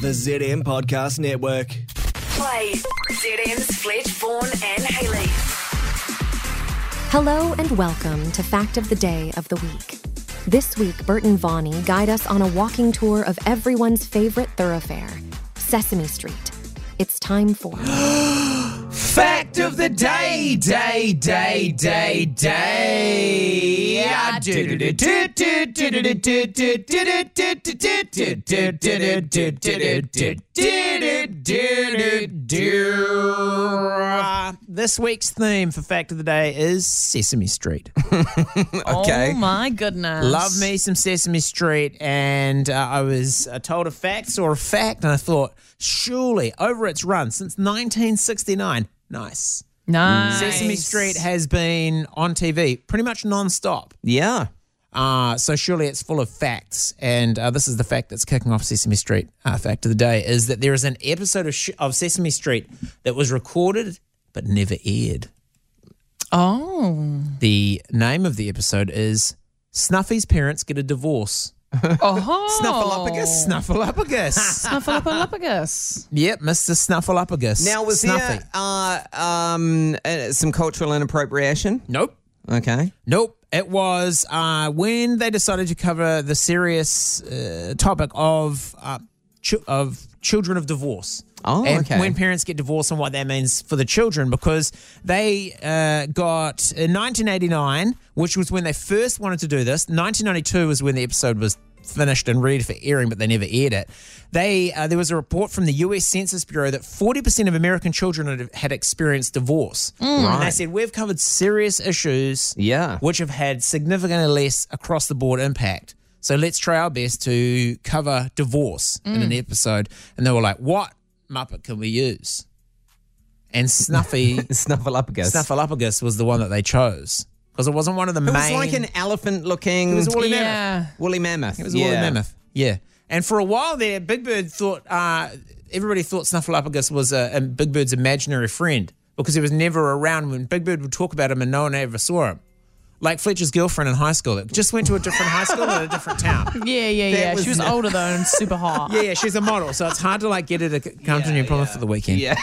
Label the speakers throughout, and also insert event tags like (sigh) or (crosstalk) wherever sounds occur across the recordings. Speaker 1: The ZM Podcast Network.
Speaker 2: Play ZM's Fletch, Vaughan, and Haley.
Speaker 3: Hello and welcome to Fact of the Day of the Week. This week, Bert and Vonnie guide us on a walking tour of everyone's favorite thoroughfare, Sesame Street. It's time for
Speaker 4: Fact of the day, day, day, day, day. Ah, Uh, This week's theme for Fact of the Day is Sesame Street.
Speaker 5: Oh my goodness.
Speaker 4: Love me some Sesame Street, and uh, I was uh, told a fact, saw a fact, and I thought, surely over its run since 1969, nice.
Speaker 5: Nice.
Speaker 4: Sesame Street has been on TV pretty much non-stop.
Speaker 6: Yeah.
Speaker 4: Uh, so surely it's full of facts, and uh, this is the fact that's kicking off Sesame Street. Uh, fact of the day is that there is an episode of, sh- of Sesame Street that was recorded but never aired.
Speaker 5: Oh.
Speaker 4: The name of the episode is Snuffy's parents get a divorce.
Speaker 5: Oh.
Speaker 4: Snuffleupagus,
Speaker 6: (laughs)
Speaker 4: Snuffleupagus.
Speaker 5: Snuffleupagus.
Speaker 4: yep, Mr. Snuffleupagus.
Speaker 6: Now, was
Speaker 4: Snuffy.
Speaker 6: there uh, um, uh, some cultural inappropriation?
Speaker 4: Nope.
Speaker 6: Okay.
Speaker 4: Nope. It was uh, when they decided to cover the serious uh, topic of uh, ch- of children of divorce.
Speaker 6: Oh,
Speaker 4: and
Speaker 6: okay.
Speaker 4: When parents get divorced and what that means for the children, because they uh, got in 1989, which was when they first wanted to do this. 1992 was when the episode was finished and ready for airing, but they never aired it. They uh, there was a report from the U.S. Census Bureau that 40% of American children had, had experienced divorce, and they said we've covered serious issues
Speaker 6: Yeah.
Speaker 4: which have had significantly less across the board impact. So let's try our best to cover divorce in
Speaker 6: Mm.
Speaker 4: an episode. And they were like, what Muppet can we use? And
Speaker 6: (laughs)
Speaker 4: Snuffy,
Speaker 6: Snuffleupagus.
Speaker 4: Snuffleupagus was the one that they chose because it wasn't one of the
Speaker 6: It
Speaker 4: main.
Speaker 6: was like an elephant looking.
Speaker 4: It was woolly mammoth.
Speaker 5: Yeah.
Speaker 6: Woolly mammoth.
Speaker 4: It was a woolly mammoth. Yeah. And for a while there, Big Bird thought, uh, everybody thought Snuffleupagus was a, a Big Bird's imaginary friend because he was never around when Big Bird would talk about him and no one ever saw him. Like Fletcher's girlfriend in high school that just went to a different high school in a different
Speaker 6: (laughs)
Speaker 4: town.
Speaker 5: Yeah, yeah, yeah. she was older though and (laughs) super hot.
Speaker 4: Yeah, yeah, she's a model, so it's hard to like get her to c- come to New Plymouth for the weekend.
Speaker 6: Yeah.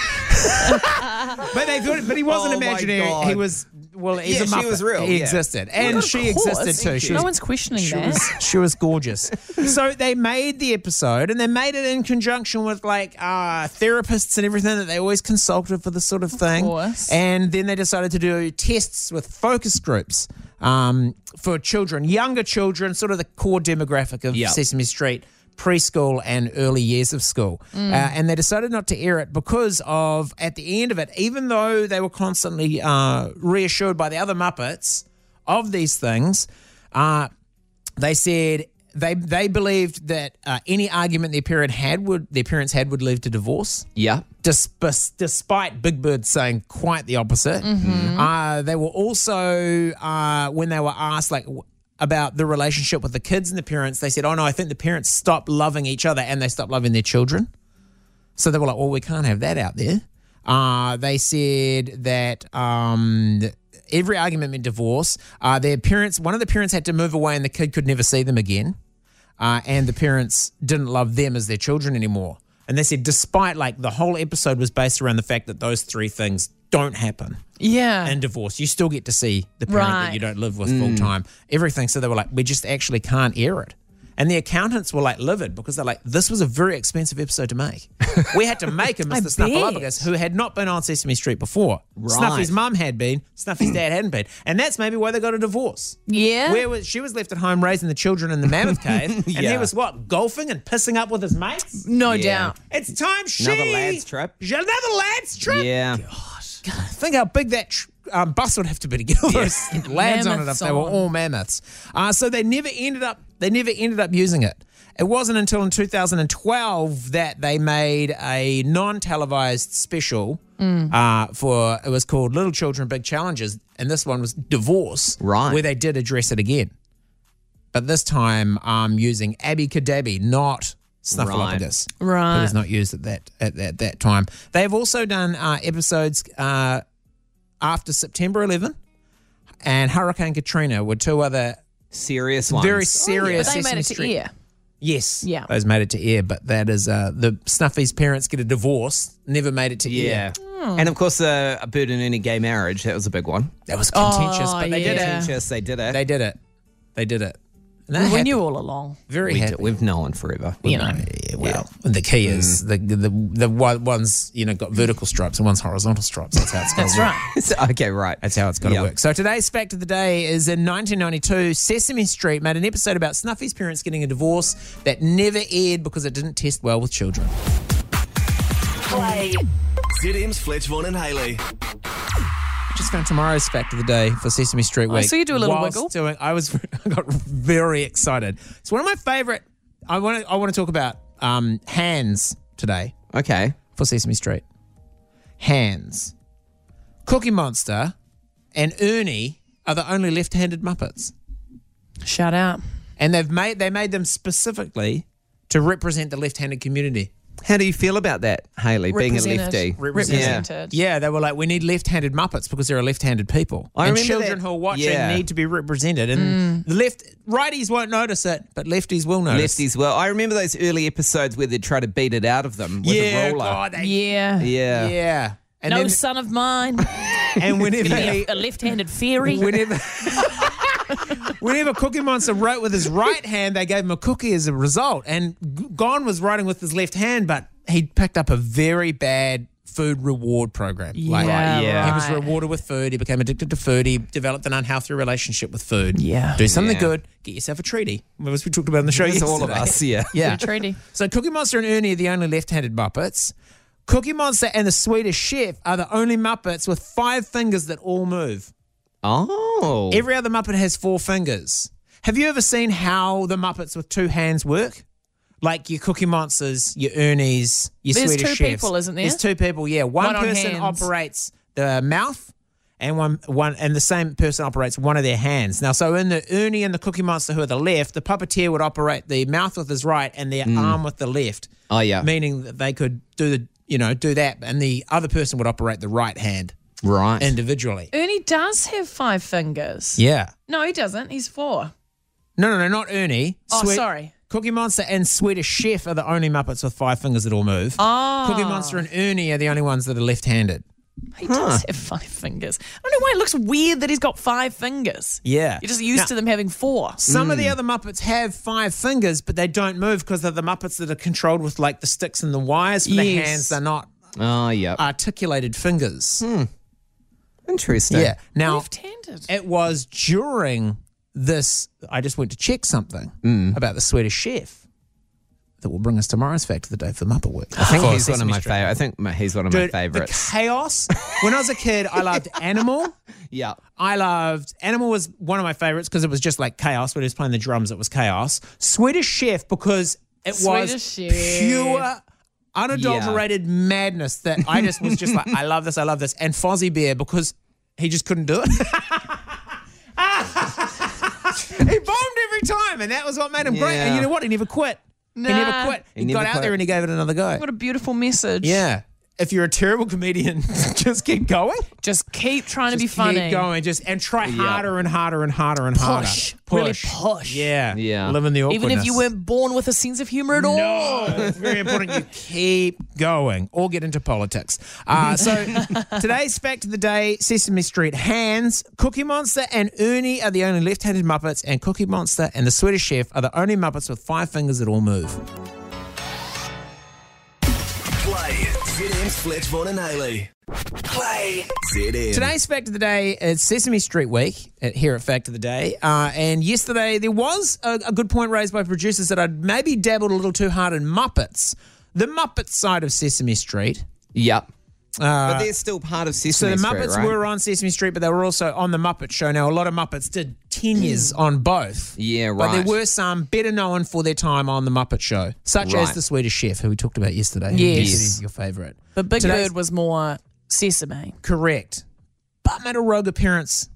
Speaker 4: But they thought, but he wasn't
Speaker 6: Oh my
Speaker 4: imaginary.
Speaker 6: God.
Speaker 4: He was well, he's
Speaker 6: Yeah,
Speaker 4: a
Speaker 6: she
Speaker 4: Muppet.
Speaker 6: was real,
Speaker 4: He
Speaker 6: yeah.
Speaker 4: existed, and
Speaker 5: Of
Speaker 4: she
Speaker 5: course.
Speaker 4: existed too. She
Speaker 5: no
Speaker 4: was
Speaker 5: one's questioning
Speaker 4: She
Speaker 5: that.
Speaker 4: was, she was gorgeous. so they made the episode and they made it in conjunction with like uh, therapists and everything that they always consulted for this sort of thing.
Speaker 5: course.
Speaker 4: And then they decided to do tests with focus groups um, for children, younger children, sort of the core demographic of
Speaker 6: Yeah.
Speaker 4: Sesame Street. Preschool and early years of school. Uh, and they decided not to air it because of, at the end of it, even though they were constantly uh, reassured by the other Muppets of these things, uh, they said they they believed that uh, any argument their parent had would their parents had would lead to divorce.
Speaker 6: Yeah.
Speaker 4: Desp- despite Big Bird saying quite the opposite, uh, they were also uh, when they were asked like w- about the relationship with the kids and the parents, they said, "Oh no, I think the parents stopped loving each other and they stopped loving their children." So they were like, well, we can't have that out there. Uh, they said that um, every argument meant divorce. Uh, their parents, one of the parents had to move away and the kid could never see them again. Uh, and the parents didn't love them as their children anymore. And they said, despite like the whole episode was based around the fact that those three things don't happen
Speaker 5: Yeah.
Speaker 4: in divorce, you still get to see the parent that
Speaker 5: Uh-huh. Right.
Speaker 4: you don't live with full time, everything. So they were like, we just actually can't air it. And the accountants were like livid because they're like, this was a very expensive episode to make. we had to make a Mr. Snuffleupagus who had not been on Sesame Street before. Snuffy's mum had been, Snuffy's dad hadn't been. And that's maybe why they got a divorce.
Speaker 5: yeah.
Speaker 4: Where was, she was left at home raising the children in the
Speaker 6: (laughs)
Speaker 4: mammoth cave, and he
Speaker 6: Yeah.
Speaker 4: was what golfing and pissing up with his mates.
Speaker 5: no
Speaker 6: Yeah.
Speaker 5: doubt.
Speaker 4: It's time she
Speaker 6: Another lads trip.
Speaker 4: Another lads trip.
Speaker 6: Yeah.
Speaker 4: Think how big that tr- um, bus would have to be to get all those lads on it if
Speaker 5: Mammoths
Speaker 4: they were
Speaker 5: on.
Speaker 4: all mammoths. Uh, so they never ended up. They never ended up using it. It wasn't until in 2012 that they made a non-televised special uh, for it was called Little Children Big Challenges, and this one was divorce,
Speaker 6: Right.
Speaker 4: Where they did address it again, but this time um, using Abby Kadabi, not Snuffleupagus
Speaker 5: Right.
Speaker 4: who was not used at that at that, that time. They have also done uh, episodes uh, after September 11 and Hurricane Katrina were two other
Speaker 6: Serious ones.
Speaker 4: very serious
Speaker 5: but Oh, they made
Speaker 4: Sesame
Speaker 5: it to
Speaker 4: Street.
Speaker 5: air.
Speaker 4: Yes.
Speaker 5: Yeah.
Speaker 4: Those made it to air, but that is uh, the Snuffy's parents get a divorce, never made it to air.
Speaker 6: Yeah.
Speaker 4: Oh.
Speaker 6: And of course, uh, a bird and any gay marriage. That was a big one.
Speaker 4: That was contentious,
Speaker 5: Oh,
Speaker 4: but they did
Speaker 5: yeah.
Speaker 4: it.
Speaker 6: Contentious, they did it.
Speaker 4: They did it. They did it. And that
Speaker 5: We
Speaker 4: happened.
Speaker 5: knew all along.
Speaker 4: Very
Speaker 6: we
Speaker 4: happy.
Speaker 6: did, we've known forever.
Speaker 5: You
Speaker 6: (laughs)
Speaker 5: know.
Speaker 4: Yeah, well, the key is
Speaker 5: Mm.
Speaker 4: the, the the one- one's you know got vertical stripes and one's horizontal stripes. That's how it's got to
Speaker 5: (laughs) That's
Speaker 4: work.
Speaker 5: right.
Speaker 6: So- okay, right.
Speaker 4: That's how it's got to
Speaker 6: Yeah.
Speaker 4: work. So today's fact of the day is in 1992, Sesame Street made an episode about Snuffy's parents getting a divorce that never aired because it didn't test well with children.
Speaker 2: Play.
Speaker 1: ZM's Fletch Vaughan and Haley.
Speaker 4: Just found tomorrow's fact of the day for Sesame Street Week.
Speaker 5: saw Oh, you do a little
Speaker 4: Whilst
Speaker 5: wiggle.
Speaker 4: Doing, I was (laughs) I got very excited. It's one of my favorite. I want to I want to talk about um, hands today.
Speaker 6: Okay.
Speaker 4: for Sesame Street. Hands, Cookie Monster, and Ernie are the only left-handed Muppets,
Speaker 5: Shout out.
Speaker 4: and they've made they made them specifically to represent the left-handed community.
Speaker 6: How do you feel about that, Haley, being a
Speaker 5: Represented.
Speaker 6: lefty?
Speaker 5: Represented.
Speaker 4: Yeah, they were like, we need left-handed Muppets because there are left-handed people,
Speaker 6: I
Speaker 4: and
Speaker 6: remember
Speaker 4: children
Speaker 6: that-
Speaker 4: who are watching
Speaker 6: yeah.
Speaker 4: need to be represented. And the left righties won't notice it, but lefties will notice.
Speaker 6: Lefties, well, I remember those early episodes where they try to beat it out of them with
Speaker 4: yeah,
Speaker 6: a roller.
Speaker 4: God, they-
Speaker 5: Yeah.
Speaker 6: Yeah.
Speaker 4: yeah. And
Speaker 5: No
Speaker 4: then,
Speaker 5: son of (laughs) mine.
Speaker 4: and
Speaker 6: (laughs)
Speaker 4: whenever they,
Speaker 5: a left-handed
Speaker 4: (laughs)
Speaker 5: fairy.
Speaker 4: whenever whenever Cookie Monster wrote with his right hand, they gave him a cookie as a result. And G- Gon was writing with his left hand, but he picked up a very bad food reward program.
Speaker 5: Yeah,
Speaker 4: he was
Speaker 5: right.
Speaker 4: rewarded with food. He became addicted to food. He developed an unhealthy relationship with food.
Speaker 5: Yeah.
Speaker 4: do something
Speaker 6: Yeah.
Speaker 4: good, get yourself a treaty. As we talked about in the show,
Speaker 6: It's
Speaker 4: yesterday.
Speaker 6: all of us, yeah.
Speaker 4: (laughs) Yeah.
Speaker 5: Good treaty.
Speaker 4: So Cookie Monster and Ernie are the only left-handed Muppets. Cookie Monster and the Swedish Chef are the only Muppets with five fingers that all move.
Speaker 6: Oh.
Speaker 4: Every other Muppet has four fingers. Have you ever seen how the Muppets with two hands work? Like your Cookie Monsters, your Ernies, your
Speaker 5: There's
Speaker 4: Swedish
Speaker 5: two
Speaker 4: Chefs.
Speaker 5: people, isn't there?
Speaker 4: There's two people. Yeah, one,
Speaker 5: One on
Speaker 4: person
Speaker 5: hands.
Speaker 4: operates the mouth, and one one and the same person operates one of their hands. Now, so in the Ernie and the Cookie Monster, who are the left, the puppeteer would operate the mouth with his right and
Speaker 5: Hmm.
Speaker 4: their arm with the left.
Speaker 6: Oh, yeah.
Speaker 4: meaning that they could do the you know do that, and the other person would operate the right hand
Speaker 6: right.
Speaker 4: individually.
Speaker 5: Ernie does have five fingers.
Speaker 4: Yeah.
Speaker 5: No, he doesn't. He's four.
Speaker 4: No, no, no, not Ernie.
Speaker 5: Oh,
Speaker 4: Swe-
Speaker 5: sorry.
Speaker 4: Cookie Monster and Swedish Chef are the only Muppets with five fingers that all move.
Speaker 5: Oh.
Speaker 4: Cookie Monster and Ernie are the only ones that are left-handed.
Speaker 5: He does have five fingers. I don't know why it looks weird that he's got five fingers.
Speaker 4: Yeah.
Speaker 5: You're just used
Speaker 4: Now-
Speaker 5: to them having four.
Speaker 4: Some of
Speaker 5: Mm.
Speaker 4: the other Muppets have five fingers, but they don't move because they're the Muppets that are controlled with like the sticks and the wires for the
Speaker 5: Yes.
Speaker 4: hands. They're not
Speaker 6: oh, yeah.
Speaker 4: articulated fingers.
Speaker 5: Hmm.
Speaker 6: Interesting.
Speaker 4: Yeah. Now
Speaker 5: Left-handed.
Speaker 4: It was during this. I just went to check something
Speaker 5: Mm.
Speaker 4: about the Swedish Chef that will bring us tomorrow's fact of the day for Muppet Work.
Speaker 6: I think he's one of my favorite. I think my, he's one of my
Speaker 4: Oh, Dude,
Speaker 6: favorites.
Speaker 4: The chaos. when I was a kid, I
Speaker 6: (laughs)
Speaker 4: loved Animal.
Speaker 6: yeah.
Speaker 4: I loved Animal was one of my favorites because it was just like chaos. When he was playing the drums, it was chaos. Swedish Chef because it was
Speaker 5: Swedish Chef.
Speaker 4: pure, unadulterated madness that I just was just like, I love this, I love this. And Fozzie Bear because he just couldn't do it. (laughs) he bombed every time, and that was what made him great. And
Speaker 6: Yeah.
Speaker 4: you know what? He never quit. He never
Speaker 5: Nah.
Speaker 4: quit. He,
Speaker 6: He never
Speaker 4: got out
Speaker 6: quit.
Speaker 4: there and he gave it another go.
Speaker 5: What a beautiful message.
Speaker 4: Yeah. If you're a terrible comedian, (laughs) just keep going.
Speaker 5: Just keep trying to be
Speaker 4: Just
Speaker 5: funny.
Speaker 4: Keep going. Just and try harder and harder and harder and harder.
Speaker 5: Push. Really push.
Speaker 4: Yeah.
Speaker 6: Yeah.
Speaker 4: Living the awkwardness.
Speaker 5: Even if you weren't born with a sense of humor at all.
Speaker 4: No, it's very important you keep going or get into politics. Uh,
Speaker 5: (laughs)
Speaker 4: so today's fact of the day: Sesame Street hands, Cookie Monster, and Ernie are the only left-handed Muppets, and Cookie Monster and the Swedish Chef are the only Muppets with five fingers that all move.
Speaker 1: Play. ZM's Fletch Vaughan and Haley.
Speaker 2: Play.
Speaker 1: ZM.
Speaker 4: Today's fact of the day is Sesame Street Week at, here at Fact of the Day. Uh, and yesterday there was a, a good point raised by producers that I'd maybe dabbled a little too hard in Muppets, the Muppet side of Sesame Street.
Speaker 6: Yep. but they're still part of Sesame
Speaker 4: uh, So the
Speaker 6: Street,
Speaker 4: Muppets
Speaker 6: right?
Speaker 4: were on Sesame Street, but they were also on the Muppet Show. Now a lot of Muppets did ten years on both.
Speaker 6: Mm. Yeah,
Speaker 4: But there
Speaker 6: right.
Speaker 4: were some better known for their time on the Muppet Show, such as
Speaker 6: Right.
Speaker 4: the Swedish Chef, who we talked about yesterday.
Speaker 5: Yes.
Speaker 4: Yes, your favourite.
Speaker 5: But Big
Speaker 4: Today's-
Speaker 5: Bird was more sesame.
Speaker 4: Correct. But made a rogue appearance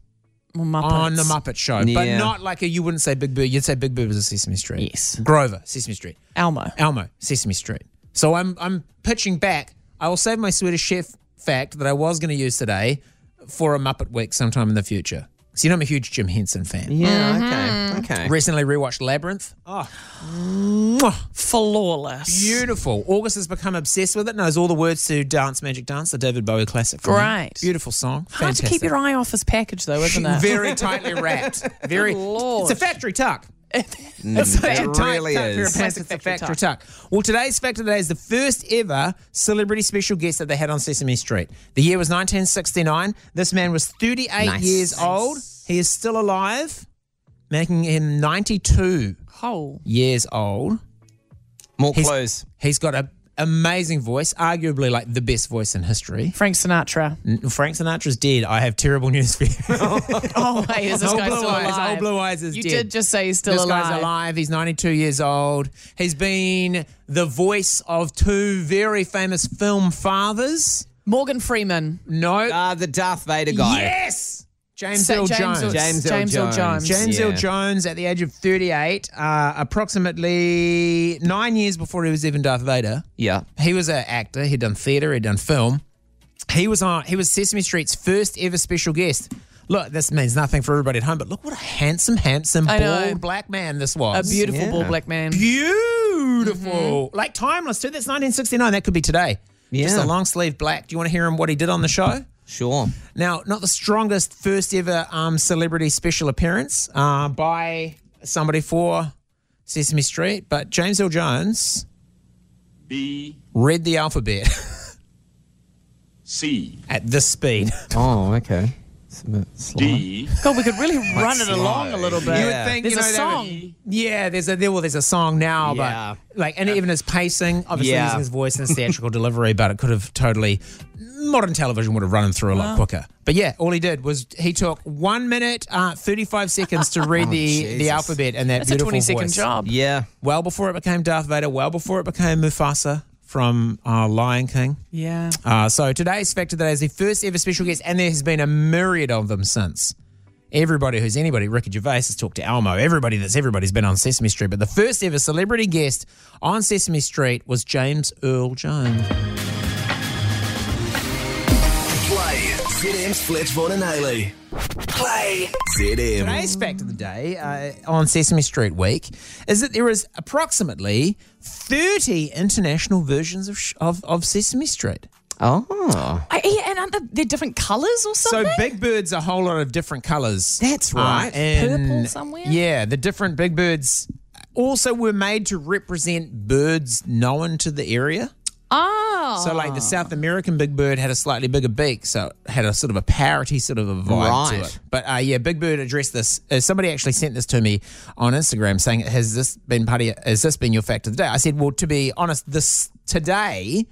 Speaker 5: More Muppets.
Speaker 4: on the Muppet Show, but
Speaker 6: Yeah.
Speaker 4: not like a, you wouldn't say Big Bird. You'd say Big Bird was a Sesame Street.
Speaker 5: Yes.
Speaker 4: Grover, Sesame Street.
Speaker 5: Elmo.
Speaker 4: Elmo, Sesame Street. So I'm I'm pitching back. I will save my Swedish chef fact that I was going to use today for a Muppet week sometime in the future. So you know I'm a huge Jim Henson fan.
Speaker 6: Yeah, okay. Okay.
Speaker 4: Recently rewatched Labyrinth. Oh, Mwah.
Speaker 5: Flawless.
Speaker 4: Oh. beautiful. August has become obsessed with it. Knows all the words to Dance Magic Dance, the David Bowie classic. from him.
Speaker 5: Great.
Speaker 4: Beautiful song.
Speaker 5: Hard to
Speaker 4: Fantastic.
Speaker 5: keep your eye off his package, though, isn't it?
Speaker 4: Very tightly
Speaker 5: (laughs)
Speaker 4: wrapped. Very.
Speaker 5: Lord.
Speaker 4: It's a factory tuck.
Speaker 5: (laughs) It's
Speaker 6: Mm,
Speaker 5: a
Speaker 6: it
Speaker 4: Tight
Speaker 6: really
Speaker 4: tuck for your pants,
Speaker 6: is.
Speaker 5: Classic
Speaker 4: it's a factory
Speaker 5: factory
Speaker 4: tuck. Well, today's fact of the day is the first ever celebrity special guest that they had on Sesame Street. The year was 1969. This man was 38
Speaker 6: Nice.
Speaker 4: years old. He is still alive, making him 92
Speaker 5: hole.
Speaker 4: years old.
Speaker 6: More
Speaker 4: He's-
Speaker 6: clothes.
Speaker 4: He's got an amazing voice, arguably like the best voice in history.
Speaker 5: Frank Sinatra.
Speaker 4: N- Frank Sinatra's dead. I have terrible news
Speaker 5: (laughs)
Speaker 4: for you.
Speaker 5: Oh, wait, is this
Speaker 4: Old
Speaker 5: guy
Speaker 4: Blue
Speaker 5: still
Speaker 4: Eyes,
Speaker 5: alive?
Speaker 4: Old Blue Eyes is
Speaker 5: you
Speaker 4: dead.
Speaker 5: did just say he's still
Speaker 4: this
Speaker 5: alive.
Speaker 4: guy's alive. He's 92 years old. He's been the voice of two very famous film fathers.
Speaker 5: Morgan Freeman.
Speaker 4: No.
Speaker 6: Ah, the Darth Vader guy.
Speaker 4: yes! James
Speaker 5: Sa-
Speaker 4: Earl
Speaker 5: James Earl-
Speaker 4: Jones.
Speaker 6: James Earl
Speaker 5: James Earl
Speaker 6: Jones.
Speaker 5: Jones.
Speaker 4: James Earl
Speaker 6: Yeah.
Speaker 4: Jones at the age of 38, uh, approximately nine years before he was even Darth Vader.
Speaker 6: Yeah.
Speaker 4: He was an actor. He'd done theatre. He'd done film. He was on. He was Sesame Street's first ever special guest. Look, this means nothing for everybody at home, but look what a handsome, handsome,
Speaker 5: I know.
Speaker 4: bald black man this
Speaker 5: A
Speaker 4: was.
Speaker 5: beautiful
Speaker 6: Yeah.
Speaker 5: bald black
Speaker 4: (laughs)
Speaker 5: man.
Speaker 4: beautiful,
Speaker 5: Mm-hmm.
Speaker 4: like timeless too. That's 1969. That could be today. Just
Speaker 6: Yeah.
Speaker 4: a long sleeve black. Do you want to hear him what he did on the show?
Speaker 6: Sure.
Speaker 4: Now, not the strongest first ever um, celebrity special appearance uh, by somebody for Sesame Street, but James L. Jones
Speaker 7: B
Speaker 4: read the alphabet (laughs)
Speaker 7: C
Speaker 4: at this speed.
Speaker 6: Oh, okay. uh, It's a bit slow.
Speaker 7: D
Speaker 5: God, we could really run it along a little bit.
Speaker 4: You would
Speaker 6: Yeah.
Speaker 4: think
Speaker 5: There's
Speaker 4: you know,
Speaker 5: a
Speaker 4: they
Speaker 5: song.
Speaker 4: would- yeah, there's a there, well, there's a song now,
Speaker 6: Yeah.
Speaker 4: but like, and even his pacing, obviously
Speaker 6: Yeah.
Speaker 4: using his voice and his theatrical delivery, but it could have totally modern television would have run him through a lot quicker. But yeah, all he did was he took one minute uh, thirty five seconds to read the the
Speaker 6: Jesus.
Speaker 4: alphabet and that
Speaker 5: That's a
Speaker 4: beautiful
Speaker 5: 20 second
Speaker 4: voice.
Speaker 5: job.
Speaker 6: Yeah.
Speaker 4: Well before it became Darth Vader, well before it became Mufasa from uh, Lion King.
Speaker 5: Yeah.
Speaker 4: Uh, so today's fact of the day is the first ever special guest, and there has been a myriad of them since. Everybody who's anybody, Ricky Gervais has talked to Elmo. Everybody that's everybody's been on Sesame Street, but the first ever celebrity guest on Sesame Street was James Earl Jones.
Speaker 1: Play ZM's Fletch Vaughan and Haley.
Speaker 2: Play.
Speaker 1: ZM.
Speaker 4: Today's fact of the day uh, on Sesame Street Week is that there is approximately thirty international versions of sh- of, of Sesame Street.
Speaker 6: Oh.
Speaker 5: I, yeah, and aren't they- they're different colours or
Speaker 4: So
Speaker 5: something?
Speaker 4: Big Bird's a whole lot of different colours.
Speaker 6: That's
Speaker 4: Uh,
Speaker 6: right.
Speaker 4: and-
Speaker 5: Purple somewhere?
Speaker 4: Yeah, the different Big Birds also were made to represent birds known to the area.
Speaker 5: oh.
Speaker 4: So, like the South American Big Bird had a slightly bigger beak, so it had a sort of a parity sort of a vibe to
Speaker 6: Right.
Speaker 4: it. But uh, yeah, Big Bird addressed this. Uh, somebody actually sent this to me on Instagram saying, "Has this been part of? Has this been your fact of the day?" I said, "Well, to be honest, this today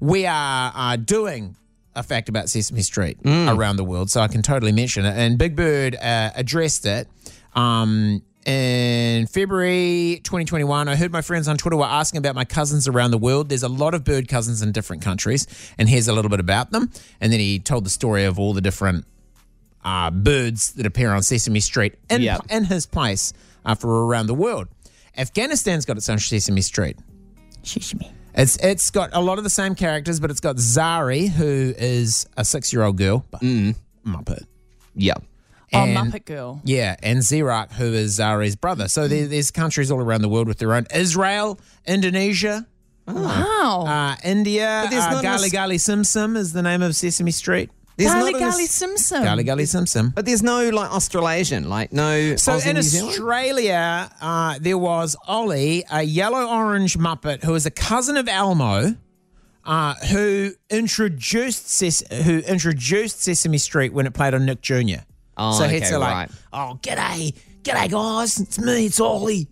Speaker 4: we are uh, doing." A fact about Sesame Street around the world, so I can totally mention it. And Big Bird uh, addressed it um, in February 2021, I heard my friends on Twitter were asking about my cousins around the world. There's a lot of bird cousins in different countries, and here's a little bit about them. And then he told the story of all the different uh, birds that appear on Sesame Street in,
Speaker 6: Yeah.
Speaker 4: in his place uh, for around the world. Afghanistan's got its own Sesame Street. It's it's got a lot of the same characters, but it's got Zari, who is a six year old girl, but
Speaker 6: Mm.
Speaker 4: Muppet.
Speaker 6: Yeah.
Speaker 5: Oh,
Speaker 4: and-
Speaker 5: Muppet Girl.
Speaker 4: Yeah, and Zerak, who is Zari's brother. So there, there's countries all around the world with their own Israel, Indonesia,
Speaker 5: Wow.
Speaker 4: Oh. uh, India.
Speaker 6: there's
Speaker 4: uh,
Speaker 6: not an
Speaker 4: Gali
Speaker 6: Aus-
Speaker 4: Gali Sim Sim is the name of Sesame Street.
Speaker 6: There's
Speaker 5: Gali
Speaker 6: not an
Speaker 5: Gali
Speaker 6: Aus-
Speaker 5: Simpson.
Speaker 4: Gali Gali Sim Sim.
Speaker 6: But there's no like Australasian, like no.
Speaker 4: So
Speaker 6: Aussie,
Speaker 4: in
Speaker 6: New Zealand?
Speaker 4: Australia, uh, there was Ollie, a yellow orange Muppet who is a cousin of Elmo, uh, who introduced Ses- who introduced Sesame Street when it played on Nick Jr.
Speaker 6: Oh,
Speaker 4: so
Speaker 6: okay,
Speaker 4: he'd say like,
Speaker 6: right.
Speaker 4: "Oh, g'day, g'day guys, it's me, it's
Speaker 6: (laughs)
Speaker 4: Ollie."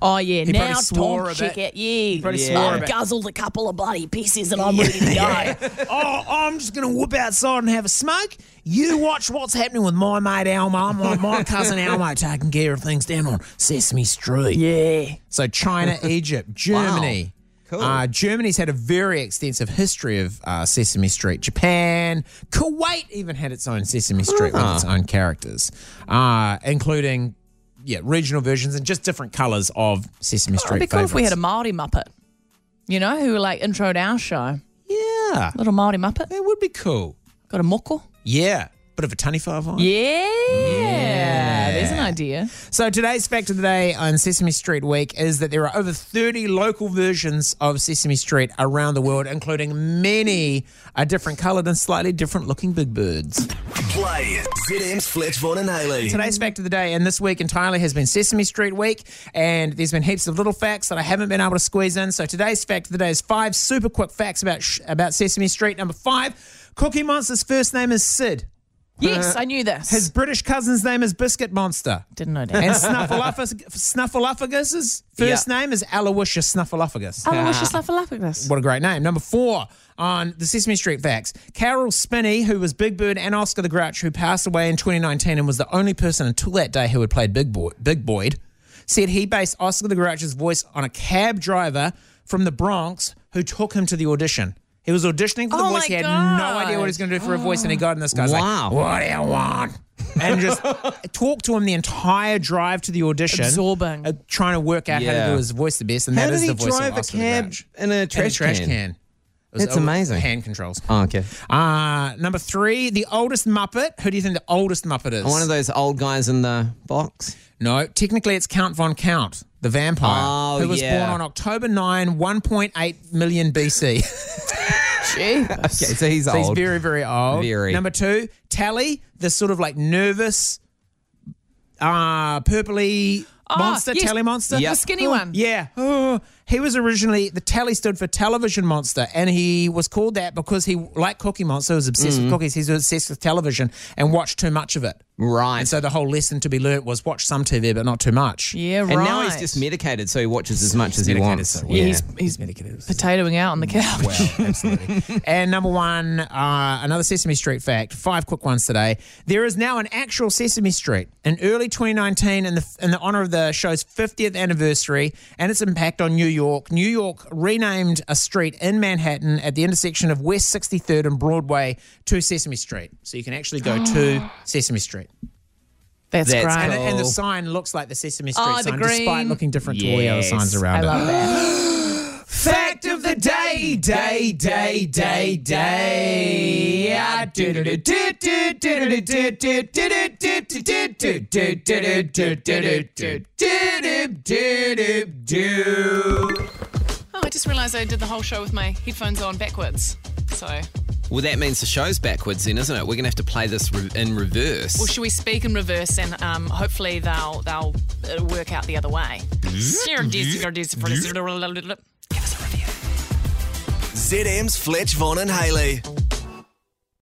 Speaker 5: Oh, yeah.
Speaker 4: He probably
Speaker 5: now
Speaker 4: swore
Speaker 5: Tom
Speaker 4: a bit.
Speaker 5: check it. Yeah.
Speaker 4: probably
Speaker 5: I've
Speaker 4: swore a bit.
Speaker 5: guzzled a couple of bloody pieces and
Speaker 4: (laughs)
Speaker 5: I'm ready to go.
Speaker 4: oh, I'm just going to whoop outside and have a smoke. You watch what's happening with my mate Elmo. I'm like my cousin
Speaker 6: (laughs)
Speaker 4: Elmo taking care of things down on Sesame Street.
Speaker 5: Yeah.
Speaker 4: So China, Egypt, Germany.
Speaker 6: Cool.
Speaker 4: Uh, Germany's had a very extensive history of uh, Sesame Street. Japan, Kuwait even had its own Sesame Street with its
Speaker 5: Ah.
Speaker 4: own characters, uh, including yeah regional versions and just different colours of Sesame Street.
Speaker 5: Oh, It'd be cool if we had a
Speaker 4: favourites.
Speaker 5: Maori Muppet, you know, who like introed our show.
Speaker 4: yeah,
Speaker 5: Little Maori Muppet.
Speaker 4: that would be cool.
Speaker 5: Got a moko.
Speaker 4: Yeah, bit of a tunny five on.
Speaker 5: Yeah. idea.
Speaker 4: So today's fact of the day on Sesame Street Week is that there are over 30 local versions of Sesame Street around the world, including many uh, different coloured and slightly different looking big birds.
Speaker 1: Play ZM's Fletch Vaughan and Haley.
Speaker 4: Today's fact of the day, and this week entirely has been Sesame Street Week, and there's been heaps of little facts that I haven't been able to squeeze in. So today's fact of the day is five super quick facts about sh- about Sesame Street. Number five, Cookie Monster's first name is Sid.
Speaker 5: Yes, I knew this.
Speaker 4: His British cousin's name is Biscuit Monster.
Speaker 5: Didn't know that.
Speaker 4: And
Speaker 5: (laughs)
Speaker 6: (laughs)
Speaker 4: Snuffleupagus, Snuffleupagus's first name is Aloysius Snuffleupagus.
Speaker 5: Oh, it's just like a laugh at this.
Speaker 4: What a great name. Number four on the Sesame Street facts. Carol Spinney, who was Big Bird and Oscar the Grouch, who passed away in 2019 and was the only person until that day who had played Big, Boy, Big Boyd, said he based Oscar the Grouch's voice on a cab driver from the Bronx who took him to the audition. He was auditioning for the
Speaker 5: Oh
Speaker 4: voice.
Speaker 5: my
Speaker 4: He had no
Speaker 5: God.
Speaker 4: idea what he was going to do for a voice, and he got in this guy's
Speaker 6: Wow.
Speaker 4: like, "What do you want?" And
Speaker 6: (laughs)
Speaker 4: just talked to him the entire drive to the audition,
Speaker 5: Absorbing.
Speaker 4: uh, trying to work out how to
Speaker 6: Yeah.
Speaker 4: do his voice the best. And
Speaker 6: How
Speaker 4: that
Speaker 6: did
Speaker 4: is
Speaker 6: he
Speaker 4: the voice of
Speaker 6: drive a
Speaker 4: Oscar the
Speaker 6: cab
Speaker 4: Grouch.
Speaker 6: in a trash,
Speaker 4: In a trash
Speaker 6: can?
Speaker 4: can. It was
Speaker 6: That's
Speaker 4: all
Speaker 6: amazing.
Speaker 4: Hand controls.
Speaker 6: Oh, okay.
Speaker 4: Uh, number three, the oldest Muppet. Who do you think the oldest Muppet is?
Speaker 6: One of those old guys in the
Speaker 4: (laughs)
Speaker 6: box.
Speaker 4: no, technically it's Count Von Count, the vampire,
Speaker 6: Oh,
Speaker 4: who was
Speaker 6: yeah.
Speaker 4: born on October 9, 1.8 million
Speaker 6: (laughs)
Speaker 4: BC.
Speaker 5: Jesus.
Speaker 6: Okay, so he's
Speaker 4: so he's
Speaker 6: old.
Speaker 4: very, very old.
Speaker 6: Very.
Speaker 4: Number two, Tally, the sort of like nervous, uh, purpley monster,
Speaker 5: Ah, yes.
Speaker 4: Tally monster.
Speaker 5: The skinny one.
Speaker 4: Yeah. Oh, he was originally the tally stood for television monster, and he was called that because he, like Cookie Monster, was obsessed
Speaker 5: Mm-hmm.
Speaker 4: with cookies. He was obsessed with television and watched too much of it.
Speaker 6: Right.
Speaker 4: And so the whole lesson to be learnt was watch some TV but not too much.
Speaker 5: Yeah, right.
Speaker 6: and now he's just medicated, so he watches as much as he
Speaker 4: medicated,
Speaker 6: wants.
Speaker 4: so-
Speaker 5: Yeah, he's,
Speaker 4: He's
Speaker 5: he's
Speaker 4: medicated.
Speaker 5: potatoing out on the
Speaker 4: (laughs)
Speaker 5: couch.
Speaker 4: Absolutely. and number one, uh, another Sesame Street fact. Five quick ones today. There is now an actual Sesame Street. In early 2019, in the in the honor of the show's 50th anniversary and its impact on New York, New York renamed a street in Manhattan at the intersection of West 63rd and Broadway to Sesame Street. So you can actually go
Speaker 5: (gasps)
Speaker 4: to Sesame Street.
Speaker 5: (laughs) That's,
Speaker 6: That's
Speaker 5: great.
Speaker 4: And, the- and the
Speaker 6: Cool.
Speaker 4: sign looks like the Sesame Street
Speaker 5: Oh, the
Speaker 4: sign, despite
Speaker 5: green.
Speaker 4: looking different to all the other
Speaker 6: Yes.
Speaker 4: signs around
Speaker 5: I
Speaker 4: it.
Speaker 5: love that.
Speaker 4: Fact of the day, day, day, day, day. Ah, do-do-do-do-do-do-do-do-do-do-do-do-do-do-do-do-do.
Speaker 8: Oh, I just realised I did the whole show with my headphones on backwards. So,
Speaker 6: Well, that means the show's backwards, then, isn't it? We're going to have to play this re- in reverse.
Speaker 8: well, should we speak in reverse and um, hopefully they'll they'll uh, work out the other
Speaker 6: (laughs)
Speaker 8: way.
Speaker 1: ZM's Fletch Vaughan and Haley.